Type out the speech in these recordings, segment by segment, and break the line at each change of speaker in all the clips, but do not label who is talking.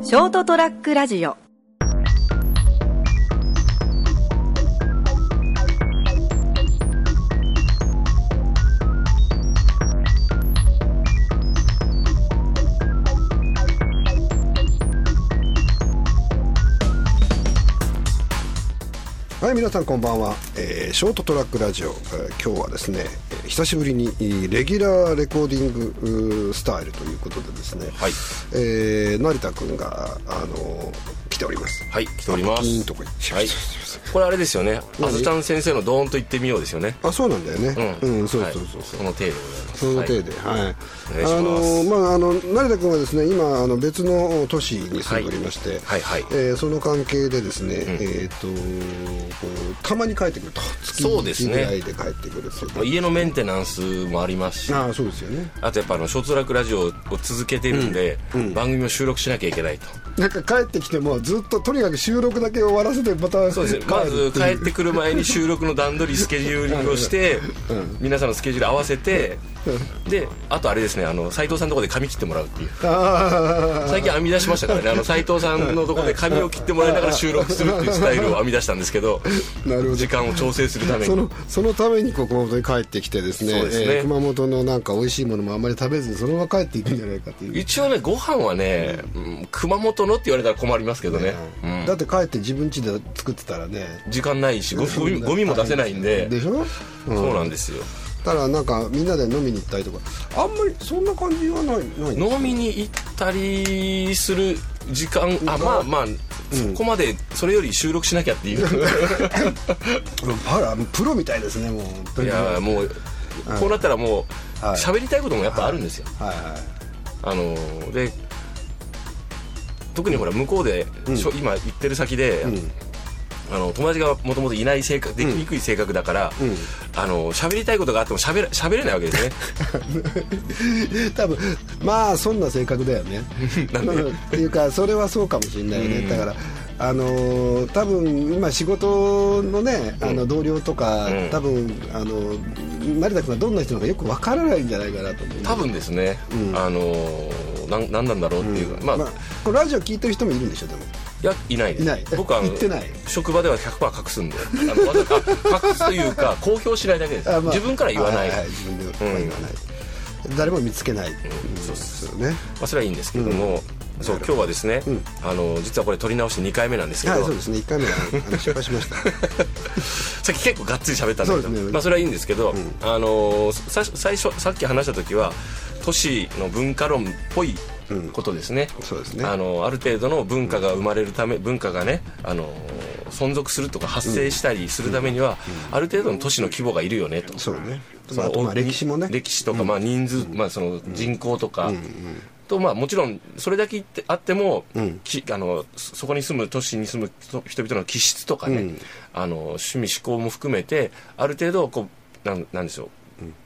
ショートトラックラジオ
はい皆さんこんばんは、えーショートトラックラジオ、えー今日はですねえー久しぶりにえーレギュラーレコーディングうースタイルということでですね、
はい
えー成田君が、あのー来ております
はい来ております
ピーンとこ行って
はいこれあれですよねあずたん先生のドーンと言ってみようですよね
あそうなんだよねうん、そうそうそうそう、
この程度で
その
ございます
程度、はい
お願いします
あのまああの成田君はですね今あの別の都市に住んでおりまして、
はいはいはい
えーその関係でですね、えっ、とこうたまに帰ってくると月
そうです
1
ね
ぐらいで帰ってくるっていう
はい家のメンテナンスもありますし
ああそうですよね
あとやっぱあのショートトラックラジオを続けてるんで、番組を収録しなきゃいけないと
なんか帰ってきてもずっととにかく収録だけ終わらせてまた
そうですねまず帰ってくる前に収録の段取りスケジューリングをして皆さんのスケジュール合わせてであとあれですねあの斉藤さんのとこで髪切ってもらうっていう
ああ
最近編み出しましたからねあの斉藤さんのところで髪を切ってもらいながら収録するっていうスタイルを編み出したんですけど
なるほど
時間を調整するため
そ
に
のそのためにこう熊本に帰ってきてですね
そうですね
えー熊本のなんか美味しいものもあんまり食べずにそのまま帰っていくんじゃないかっていう、
一応ねご飯はね、うん熊本のって言われたら困りますけどね、うん
だって帰って自分家で作ってたらね
時間ないしゴゴミゴミも出せないんで
でしょ、うん
そうなんですよ
ただなんかみんなで飲みに行ったりとかあんまりそんな感じはないない
飲みに行ったりする時間あまあまあ、そこまでそれより収録しなきゃっていう
パラプロみたいですねもう本当
い
に
やも うこうなったらもう
はい
喋、りたいこともやっぱあるんですよ、
はいはい
あので特にほら向こうで、しょ今行ってる先で、あの友達がもともといない性格できにくい性格だから、あの喋りたいことがあっても喋れ喋れないわけです ね
多分まあそんな性格だよね
なんで
うんっていうかそれはそうかもしれないよね、だからあのー多分今仕事のねあの同僚とか、
うん
多分あの成田君はどんな人なのかよくわからないんじゃないかなと思う
多分ですね、あのなんなんなんだろうっていうか、まあ、
まあこれラジオ聞いてる人もいるんでしょでも
いやいないです
いない
僕はあの
言ってない
職場では100%隠すんであのわざあ隠すという か公表しないだけです、
あまあ
自分から言わない
はは自分では言わない、誰も見つけない、うんそうですよね
まあ、それはいいんですけども、そう今日はですね、あの実はこれ撮り直して2回目なんですけど、
はいそうですね1回目はあの失敗しました
さっき結構がっつり喋ったんだ
そ
けど
うですね
まあ、それはいいんですけど、あのさ最初さっき話した時は都市の文化論っぽいことですね、
そうですね
あのある程度の文化が生まれるため文化がねあの存続するとか発生したりするためには、ある程度の都市の規模がいるよねと。
そうね
そ
まあ、あ
の
とまあ歴史もね
歴史とか、まあ、人数、まあ、その人口とか、とまあ、もちろんそれだけ言ってあっても、きあのそそこに住む都市に住む人人々の気質とかね、あの趣味思考も含めてある程度こうなんなんでしょう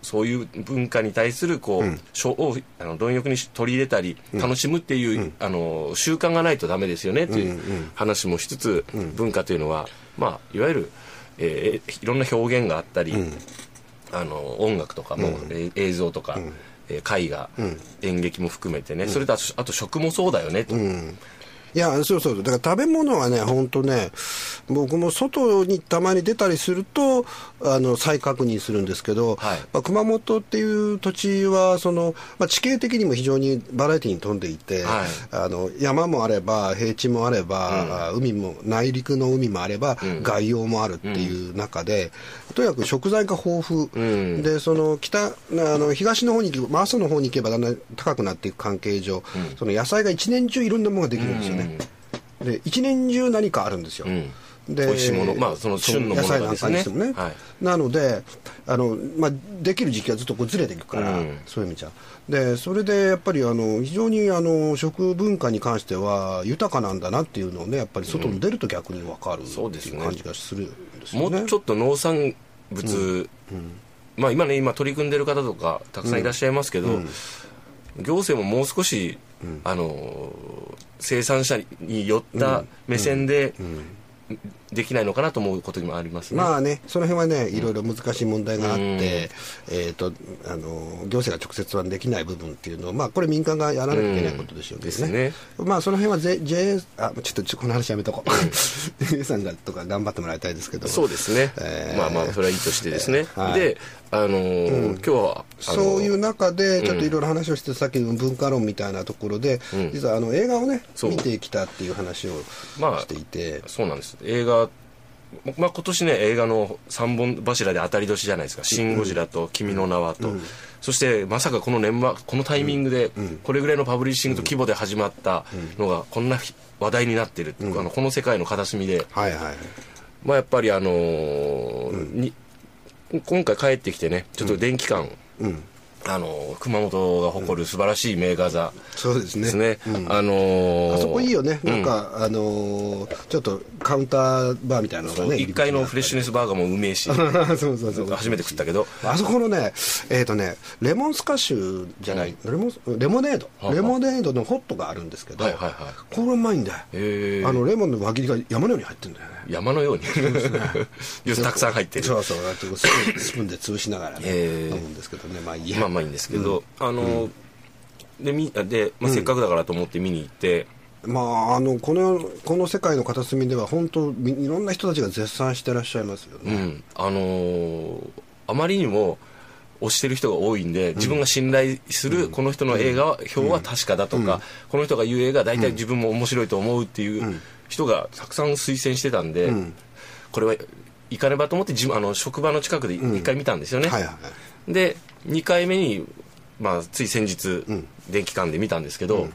そういう文化に対するこう、しょをあの貪欲に取り入れたり、楽しむっていう、あの習慣がないとダメですよねっていう話もしつつ、文化というのは、まあ、いわゆる、えーいろんな表現があったり、あの音楽とかも、えー映像とか、えー絵画、演劇も含めてね、それとあとあと食もそうだよねと、
いやそうそうだから食べ物はね本当ね僕も外にたまに出たりするとあの再確認するんですけど、
はい
まあ、熊本っていう土地はその、まあ、地形的にも非常にバラエティに富んでいて、
はい
あの山もあれば平地もあれば、海も内陸の海もあれば、外洋もあるっていう中で、とにかく食材が豊富、
ん
でその北あの東の方に行けば阿蘇の方に行けばだんだん高くなっていく関係上、その野菜が一年中いろんなものができるんですよね。で一年中何かあるんですよ、
うん
で
美味しいものまあその旬のもの
そう
が
野菜
です
なんかに
ね
してもね、
はい
なのであの、まあ、できる時期はずっとこうずれていくから、
うん
そういう意味じゃでそれでやっぱりあの非常にあの食文化に関しては豊かなんだなっていうのをねやっぱり外に出ると逆に分かるって
そうです
い
ね
う感じがするんです
も
よね、
うちょっと農産物、まあ、今ね今取り組んでる方とかたくさんいらっしゃいますけど、行政ももう少し、あの生産者に寄った目線で、できないのかなと思うことにもありますね。
まあね、その辺はね、いろいろ難しい問題があって、えっ、と、あの、行政が直接はできない部分っていうのを、まあ、これ民間がやらなきゃいけないことでしょうけどね。ねまあ、その辺は、J、J、あ、ちょっとこの話やめとこう。皆さんがとか頑張ってもらいたいですけど。
そうですね。えー、まあまあ、それはいいとしてですね。で、あの今日は、
そういう中で、ちょっといろいろ話をして、さっきの文化論みたいなところで、実はあの映画をね、見てきたっていう話をしていて。
そうなんです。映画まあ、今年ね映画の3本柱で当たり年じゃないですか「シン・ゴジラ」と「君の名は」と、うん、そしてまさかこの年末このタイミングでこれぐらいのパブリッシングと規模で始まったのがこんな話題になってる、うん、あのこの世界の片隅で、
はいはい
まあ、やっぱり、あのーうん、に今回帰ってきてねちょっと電気館、あの熊本が誇る素晴らしい名画座、ね
うん、そうですね、
うん、あのー、
あそこいいよねなんか、うん、あのー、ちょっとカウンターバーみたいなのがね
1階のフレッシュネスバーガーもうめえ し
そうそうそう
初めて食ったけど
あそこのねえっ、ー、とねレモンスカッシュじゃない、レモンレモネード、はあはあ、レモネードのホットがあるんですけど、
はいはいはい、
これうまいんだよあのレモンの輪切りが山のように入ってるんだよね
山のようにたくさん入ってる
そうそうスプーンで 潰しながら、ね、飲むんですけどねまあいいや
まあまあいいんですけど、うん、あの、うん、でみで、まあ、せっかくだからと思って見に行って、、
うん、まああのこのこの世界の片隅では本当いろんな人たちが絶賛してらっしゃいますよね、うん
あのー、あまりにも推してる人が多いんで自分が信頼するこの人の映画は、表は確かだとか、この人が言う映画大体自分も面白いと思うっていう人がたくさん推薦してたんで、これは行かねばと思って自分あの職場の近くで一回見たんですよね、、
はいはい
で2回目に、まあ、つい先日、うん、電気館で見たんですけど、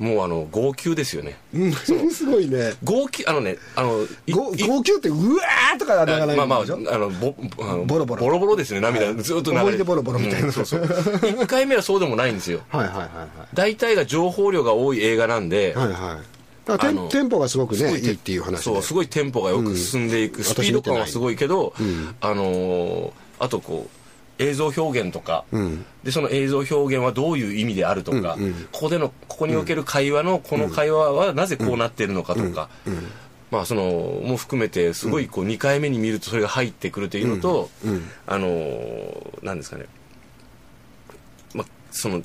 うん、もうあの号泣ですよね、
うん、すごいね
号泣あのねあの
号泣ってうわーとかならない
まあまああのぼあの
ボロボロ
ボロボロですね涙、はい、ずっと流
れてボロボロみたいな、うん、
そうそう1回目はそうでもないんですよ
はいはいはい、はい、
大体が情報量が多い映画なんで
はいはいだテンテンポがすごくねいいっていう話
そうすごいテンポがよく進んでいく、うん、スピード感はすごいけど、うん、あのー、あとこう映像表現とか、うん、でその映像表現はどういう意味であるとか、うんうん、ここでのここにおける会話のこの会話はなぜこうなってるのかとか、まあそのも含めてすごいこう2回目に見るとそれが入ってくるというのと、あのー、なんですかね、まあ、その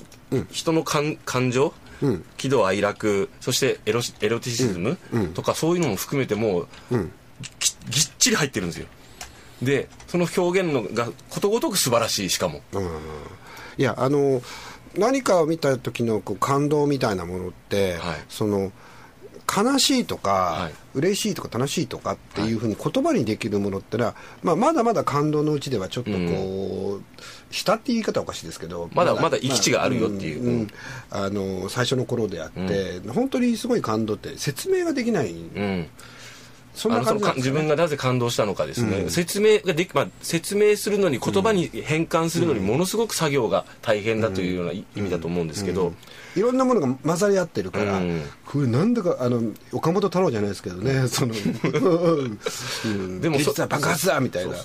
人の感情、うん、喜怒哀楽そしてエロエロティシズム、うん、とかそういうのも含めてもう、うん、ぎっちり入ってるんですよでその表現のがことごとく素晴らしいしかも、
いやあの何かを見た時のこう感動みたいなものって、はい、その悲しいとか、はい、嬉しいとか楽しいとかっていうふうに言葉にできるものってのは、まあ、まだまだ感動のうちではちょっとこう、うん、下って言い方はおかしいですけど
まだまだ行き地があるよっていう、うん、
あの最初の頃であって、うん、本当にすごい感動って説明ができない、うん
そんな感じ、ね、自分がなぜ感動したのかですね、うん、説明ができ、まあ、説明するのに言葉に変換するのにものすごく作業が大変だというような意味だと思うんですけど、
いろんなものが混ざり合ってるから、うん、これなんだかあの岡本太郎じゃないですけどねそ の、うん、でも実は爆発だみたいな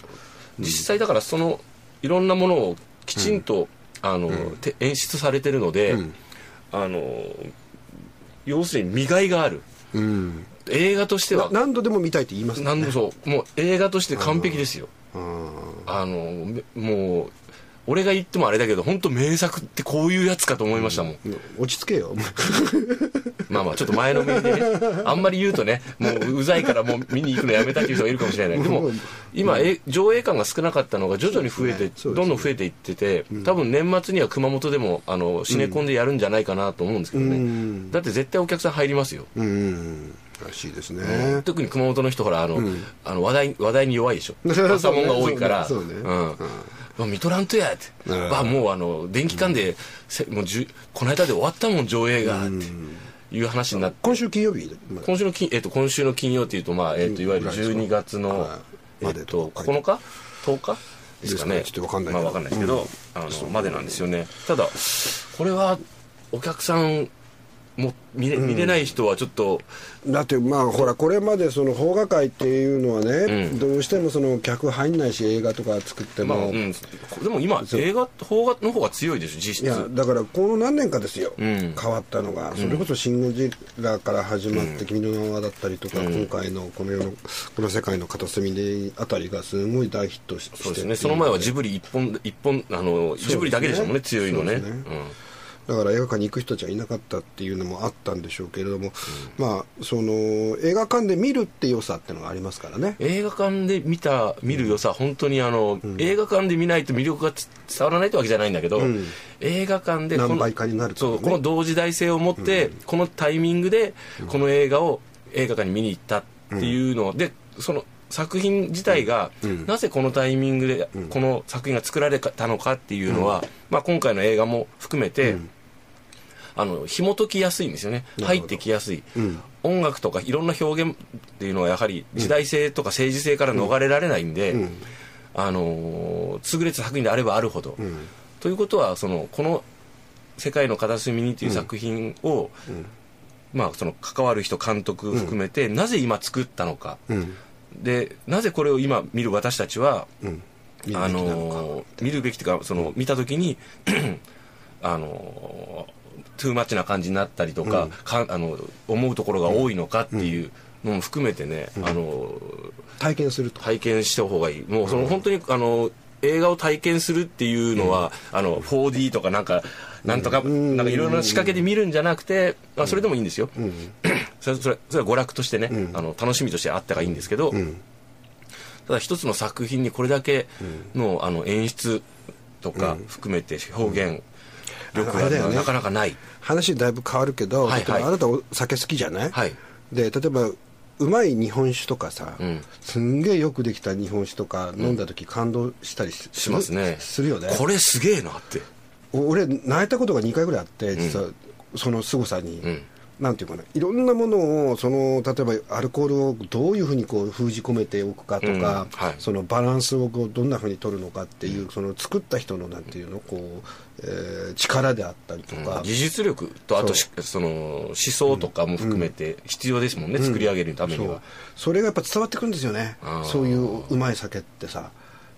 実際だからそのいろんなものをきちんと、うん、あの、うん、演出されてるので、あの要するに見がいがある、映画としては
何度でも見たいって言います
ね何度そうもう映画として完璧ですよあのもう俺が言ってもあれだけど本当名作ってこういうやつかと思いましたもん、うん、
落ち着けよ
まあまあちょっと前のめりでねあんまり言うとねもううざいからもう見に行くのやめたっていう人がいるかもしれないでも今、え上映館が少なかったのが徐々に増えて、ねね、どんどん増えていってて、うん、多分年末には熊本でもあのシネコンでやるんじゃないかなと思うん ですけどね、うん、だって絶対お客さん入りますよ
うんらしいですね、
特に熊本の人ほらあの、うん、あの話題話題に弱 いでしょ朝もんが多いからそうねうん見とらんとやって、うん、まあ、もうあの電気館で、うん、もうじゅこの間で終わったもん上映がっていう話になって、
今週金曜日
今週の金、えっと、今週の金曜っていうと,、まあえっと、いわゆる12月の、えっと、9日10日ですかね
ちょっと分かんない
まあ、分かんないですけど、うん、あのまでなんですよねただこれはお客さんも見れ見れない人はちょっと、
だってまあほらこれまでその邦画界っていうのはね、
うん
どうしてもその客入んないし映画とか作って
まあ
も、
うん、でも今映画邦画の方が強いでしょ
い
実
や
質
だからこの何年かですよ、
うん
変わったのが、それこそ「シン・ゴジラ」から始まって「君の名は」だったりとか、今回のこの世の「この世界の片隅で」あたりがすごい大ヒットし
そう
し
です
て
ねその前は
ってい
ジブリ一本一本あの、ジブリだけでしたもんね強いのね
そうですねうだから映画館に行く人たちがいなかったっていうのもあったんでしょうけれども、まあその映画館で見るって良さっていうのがありますからね
うん映画館で見た見る良さ本当にあの、映画館で見ないと魅力が伝わらないってわけじゃないんだけど、
ん
映画館でこの
何倍かになるとかね
そうこの同時代性を持って、このタイミングでこの映画を映画館に見に行ったっていうのでその作品自体が、なぜこのタイミングでこの作品が作られたのかっていうのは、まあ、今回の映画も含めて、あの紐解きやすいんですよね
なるほど
入ってきやすい、
ん
音楽とかいろんな表現っていうのはやはり時代性とか政治性から逃れられないんで、あのー優れた作品であればあるほど、ということはそのこの「世界の片隅に」という作品を、まあ、その関わる人監督含めて、なぜ今作ったのか、
うん
でなぜこれを今見る私たちは
うん
あのー見るべきというかその見た時に あのートゥーマッチな感じになったりとか,、かあの思うところが多いのかっていうのも含めてね、あのー
体験すると
体験した方がいいもうその本当にあの映画を体験するっていうのは、あの 4D とかなんかなんとか、なんかいろいろな仕掛けで見るんじゃなくて、あそれでもいいんですよ、 それそれそれは娯楽としてね、あの楽しみとしてあったがいいんですけど、ただ一つの作品にこれだけの,、あの演出とか含めて表現力
あ
が
れだよね
なかなかない、
話だいぶ変わるけど、
はい
例
はい
えばあなたお酒好きじゃない、
はい
で例えばうまい日本酒とかさ、
ん
すんげえよくできた日本酒とか飲んだ時感動したりし,、
しますね
するよね
これすげえなって
お俺泣いたことが2回ぐらいあって実は、その凄さに、
ん
なんていうかないろんなものをその例えばアルコールをどういうふうにこう封じ込めておくかと
うん
か、
はい
そのバランスをこうどんなふうに取るのかっていう、その作った人のなんていうのこう、えー力であったりとか、
技術力とあとしその思想とかも含めて必要ですもんね、作り上げるために
そ
は、
うそれがやっぱ伝わってくるんですよね
あー
そういううまい酒ってさ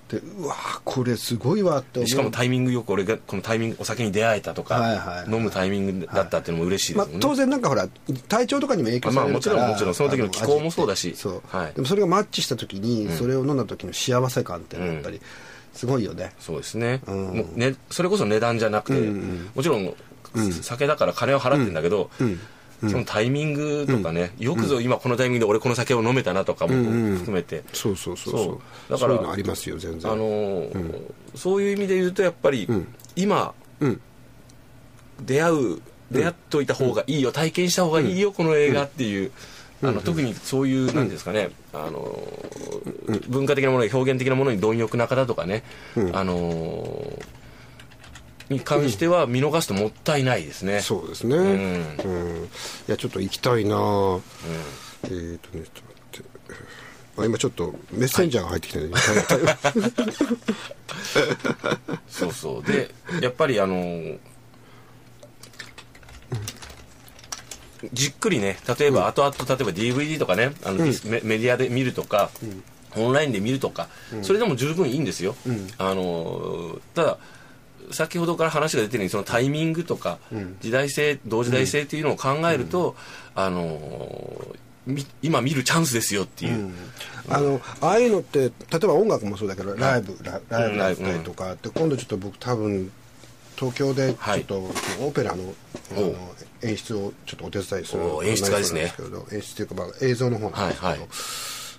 でうわーこれすごいわって思う
しかもタイミングよく俺がこのタイミングお酒に出会えたとか、
はいはい
飲むタイミングだったっていうのも嬉しいで
ますあ
もんね、、
当然なんかほら体調とかにも影響され
まあも
る
ち
か
ろん
ら、
もちろんその時の気候もそうだし
あの味ってそう、
はい
でもそれがマッチした時にそれを飲んだ時の幸せ感っていうのはやっぱりすごいよね、
そうですね,、
うん
もうねそれこそ値段じゃなくて、もちろん酒だから金を払ってんだけど、そのタイミングとかね、よくぞ今このタイミングで俺この酒を飲めたなとかも含めて、
そうそうそう
そうだか
そ
ら
ういうのありますよ全然
あのーそういう意味で言うとやっぱり、今、
うん
出会う出会っといた方がいいよ、体験した方がいいよ、この映画っていう、あの特にそういう何ていうんですかね、あのー文化的なものや表現的なものに貪欲な方とかね、あのーに関しては見逃すともったいないですね。
そうですね、う
うんん
いやちょっと行きたいな、えっ、とねちょっと待ってあ今ちょっとメッセンジャーが入ってきたね、
そうそうでやっぱりあのーじっくりね例えば後々、例えば DVD とかねあの、ディスメメディアで見るとか、オンラインで見るとか、それでも十分いいんですよ、あのーただ先ほどから話が出てるようにそのタイミングとか、時代性同時代性っていうのを考えると、あのーみ今見るチャンスですよっていう、
あのああいうのって例えば音楽もそうだけどライブラライ
う
ブ
ん
だ
ラ
っ
イブ
たりとかって今度ちょっと僕多分東京でちょっとオペラの,、あ
おう
の演出をちょっとお手伝いする
おう演出家です
内
ね
容なんですけど演出というかまあ映像の方なんですけど、
はいはい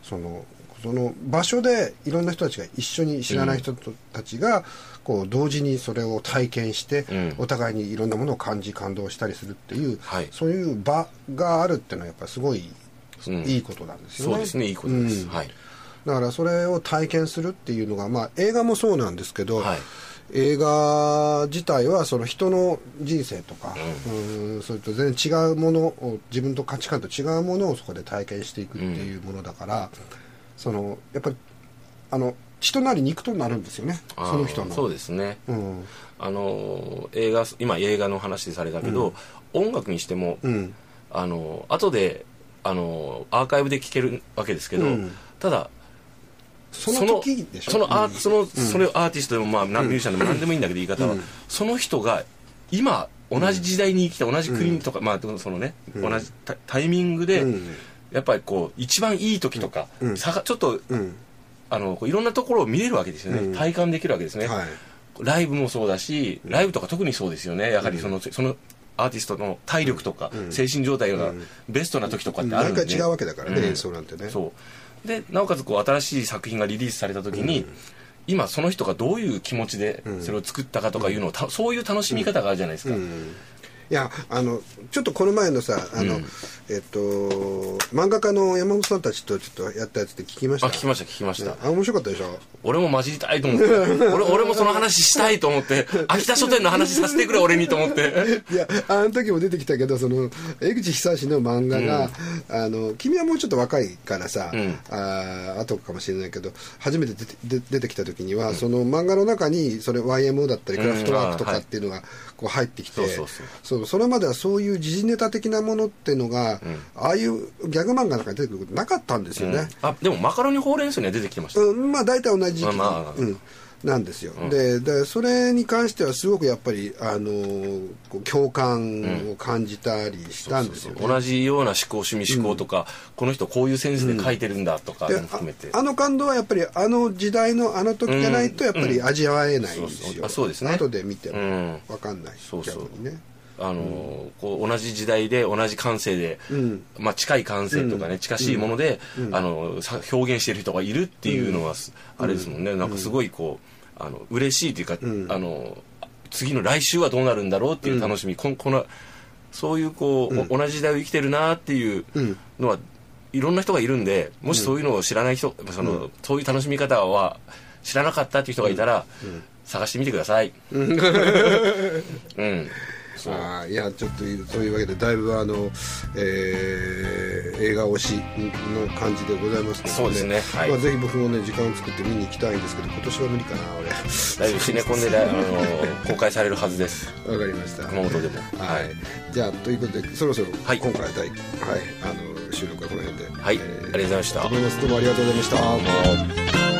そのその場所でいろんな人たちが一緒に知らない人たちが、こう同時にそれを体験して、
ん
お互いにいろんなものを感じ感動したりするっていう、
はい
そういう場があるっていうのはやっぱりすごい
うん
いいことなんですよね。
そうですねいいことです、
うん
はい
だからそれを体験するっていうのが、まあ、映画もそうなんですけど、
はい
映画自体はその人の人生とか、うんそれと全然違うものを自分と価値観と違うものをそこで体験していくっていうものだから、そのやっぱりあの人なり肉となるんですよねその人の
そうですね、
うん
あの映画今映画の話されたけど、音楽にしても、
うん
あの後であのアーカイブで聴けるわけですけど、
うん
ただ
その時でしょ
そのそのアー
うん
そのそれをアーティストでも、まあ、ミュージシャンでも何でもいいんだけど言い方は、
うん
その人が今同じ時代に生きて同じ国とか、まあそのね、同じタタイミングで、
うん
やっぱりこう一番いい時とか、
うん
差がちょっと
うん
あのこういろんなところを見れるわけですよね、
うん
体感できるわけですね、
はい
ライブもそうだしライブとか特にそうですよねやはりその,、そのアーティストの体力とか、精神状態がベストな時とかってある
毎
んで、
回違うわけだからね、
うん
演奏なんてね
そうでなおかつこう新しい作品がリリースされた時に、今その人がどういう気持ちでそれを作ったかとかいうのをたそういう楽しみ方があるじゃないですか、
いやあのちょっとこの前のさあの、えっと漫画家の山本さんたちとちょっとやったやつって聞きまし
あ
た
聞きました聞きました、
ねあ面白かったでしょ
俺も混じりたいと 思って俺俺もその話したいと思って秋田書店の話させてくれ俺にと思って
いやあの時も出てきたけどその江口久志の漫画が、あの君はもうちょっと若いからさ、
ん
あー後かもしれないけど初めて出て出出てきた時には、その漫画の中にそれ YMO だったりクラフトワークと
うん
か
あーはい
っていうのがこう入ってきて、
そうそうそう
そうそれまではそういう時事ネタ的なものっていうのが、ああいうギャグ漫画なんかに出てくることなかったんですよね。
あでもマカロニほうれん草には出てきてました、
うん、まあ大体同じ時期、
まあまあ
うん、なんですよ、ででそれに関してはすごくやっぱり、あのーこう共感を感じたりしたんですよね、
同じような思考趣味思考とか、この人こういうセンスで書いてるんだとかも含めて、
でああの感動はやっぱりあの時代のあの時じゃないとやっぱり味わえないんですよ、
うんうんそうそうあそうですね
後で見ても
うん
分かんない、
そうそう
逆にね
あのーこう同じ時代で同じ感性で、
ん
まあ、近い感性とかね、近しいもので、あのーさ表現してる人がいるっていうのは、あれですもんねなんかすごいこうあの嬉しいというか、あのー次の来週はどうなるんだろうっていう楽しみ、こんこのそういうこう、お同じ時代を生きてるなっていうのは、いろんな人がいるんでもしそういうのを知らない人、そのそういう楽しみ方は知らなかったっていう人がいたら、探してみてください。 うん、そう
あーいやちょっといそういうわけでだいぶあの、えー映画推しの感じでございますので、
そうですねはい
まあ、ぜひ僕もね時間を作って見に行きたいんですけど今年は無理かな俺
だいぶシネコンで、あの公開されるはずです
わかりました。
熊本でも
はい。じゃあということでそろそろ
はい
今回は第、はい、あの収録はこの辺で。
はい、
えー
ありがとうございました
と思います。どうもありがとうございました。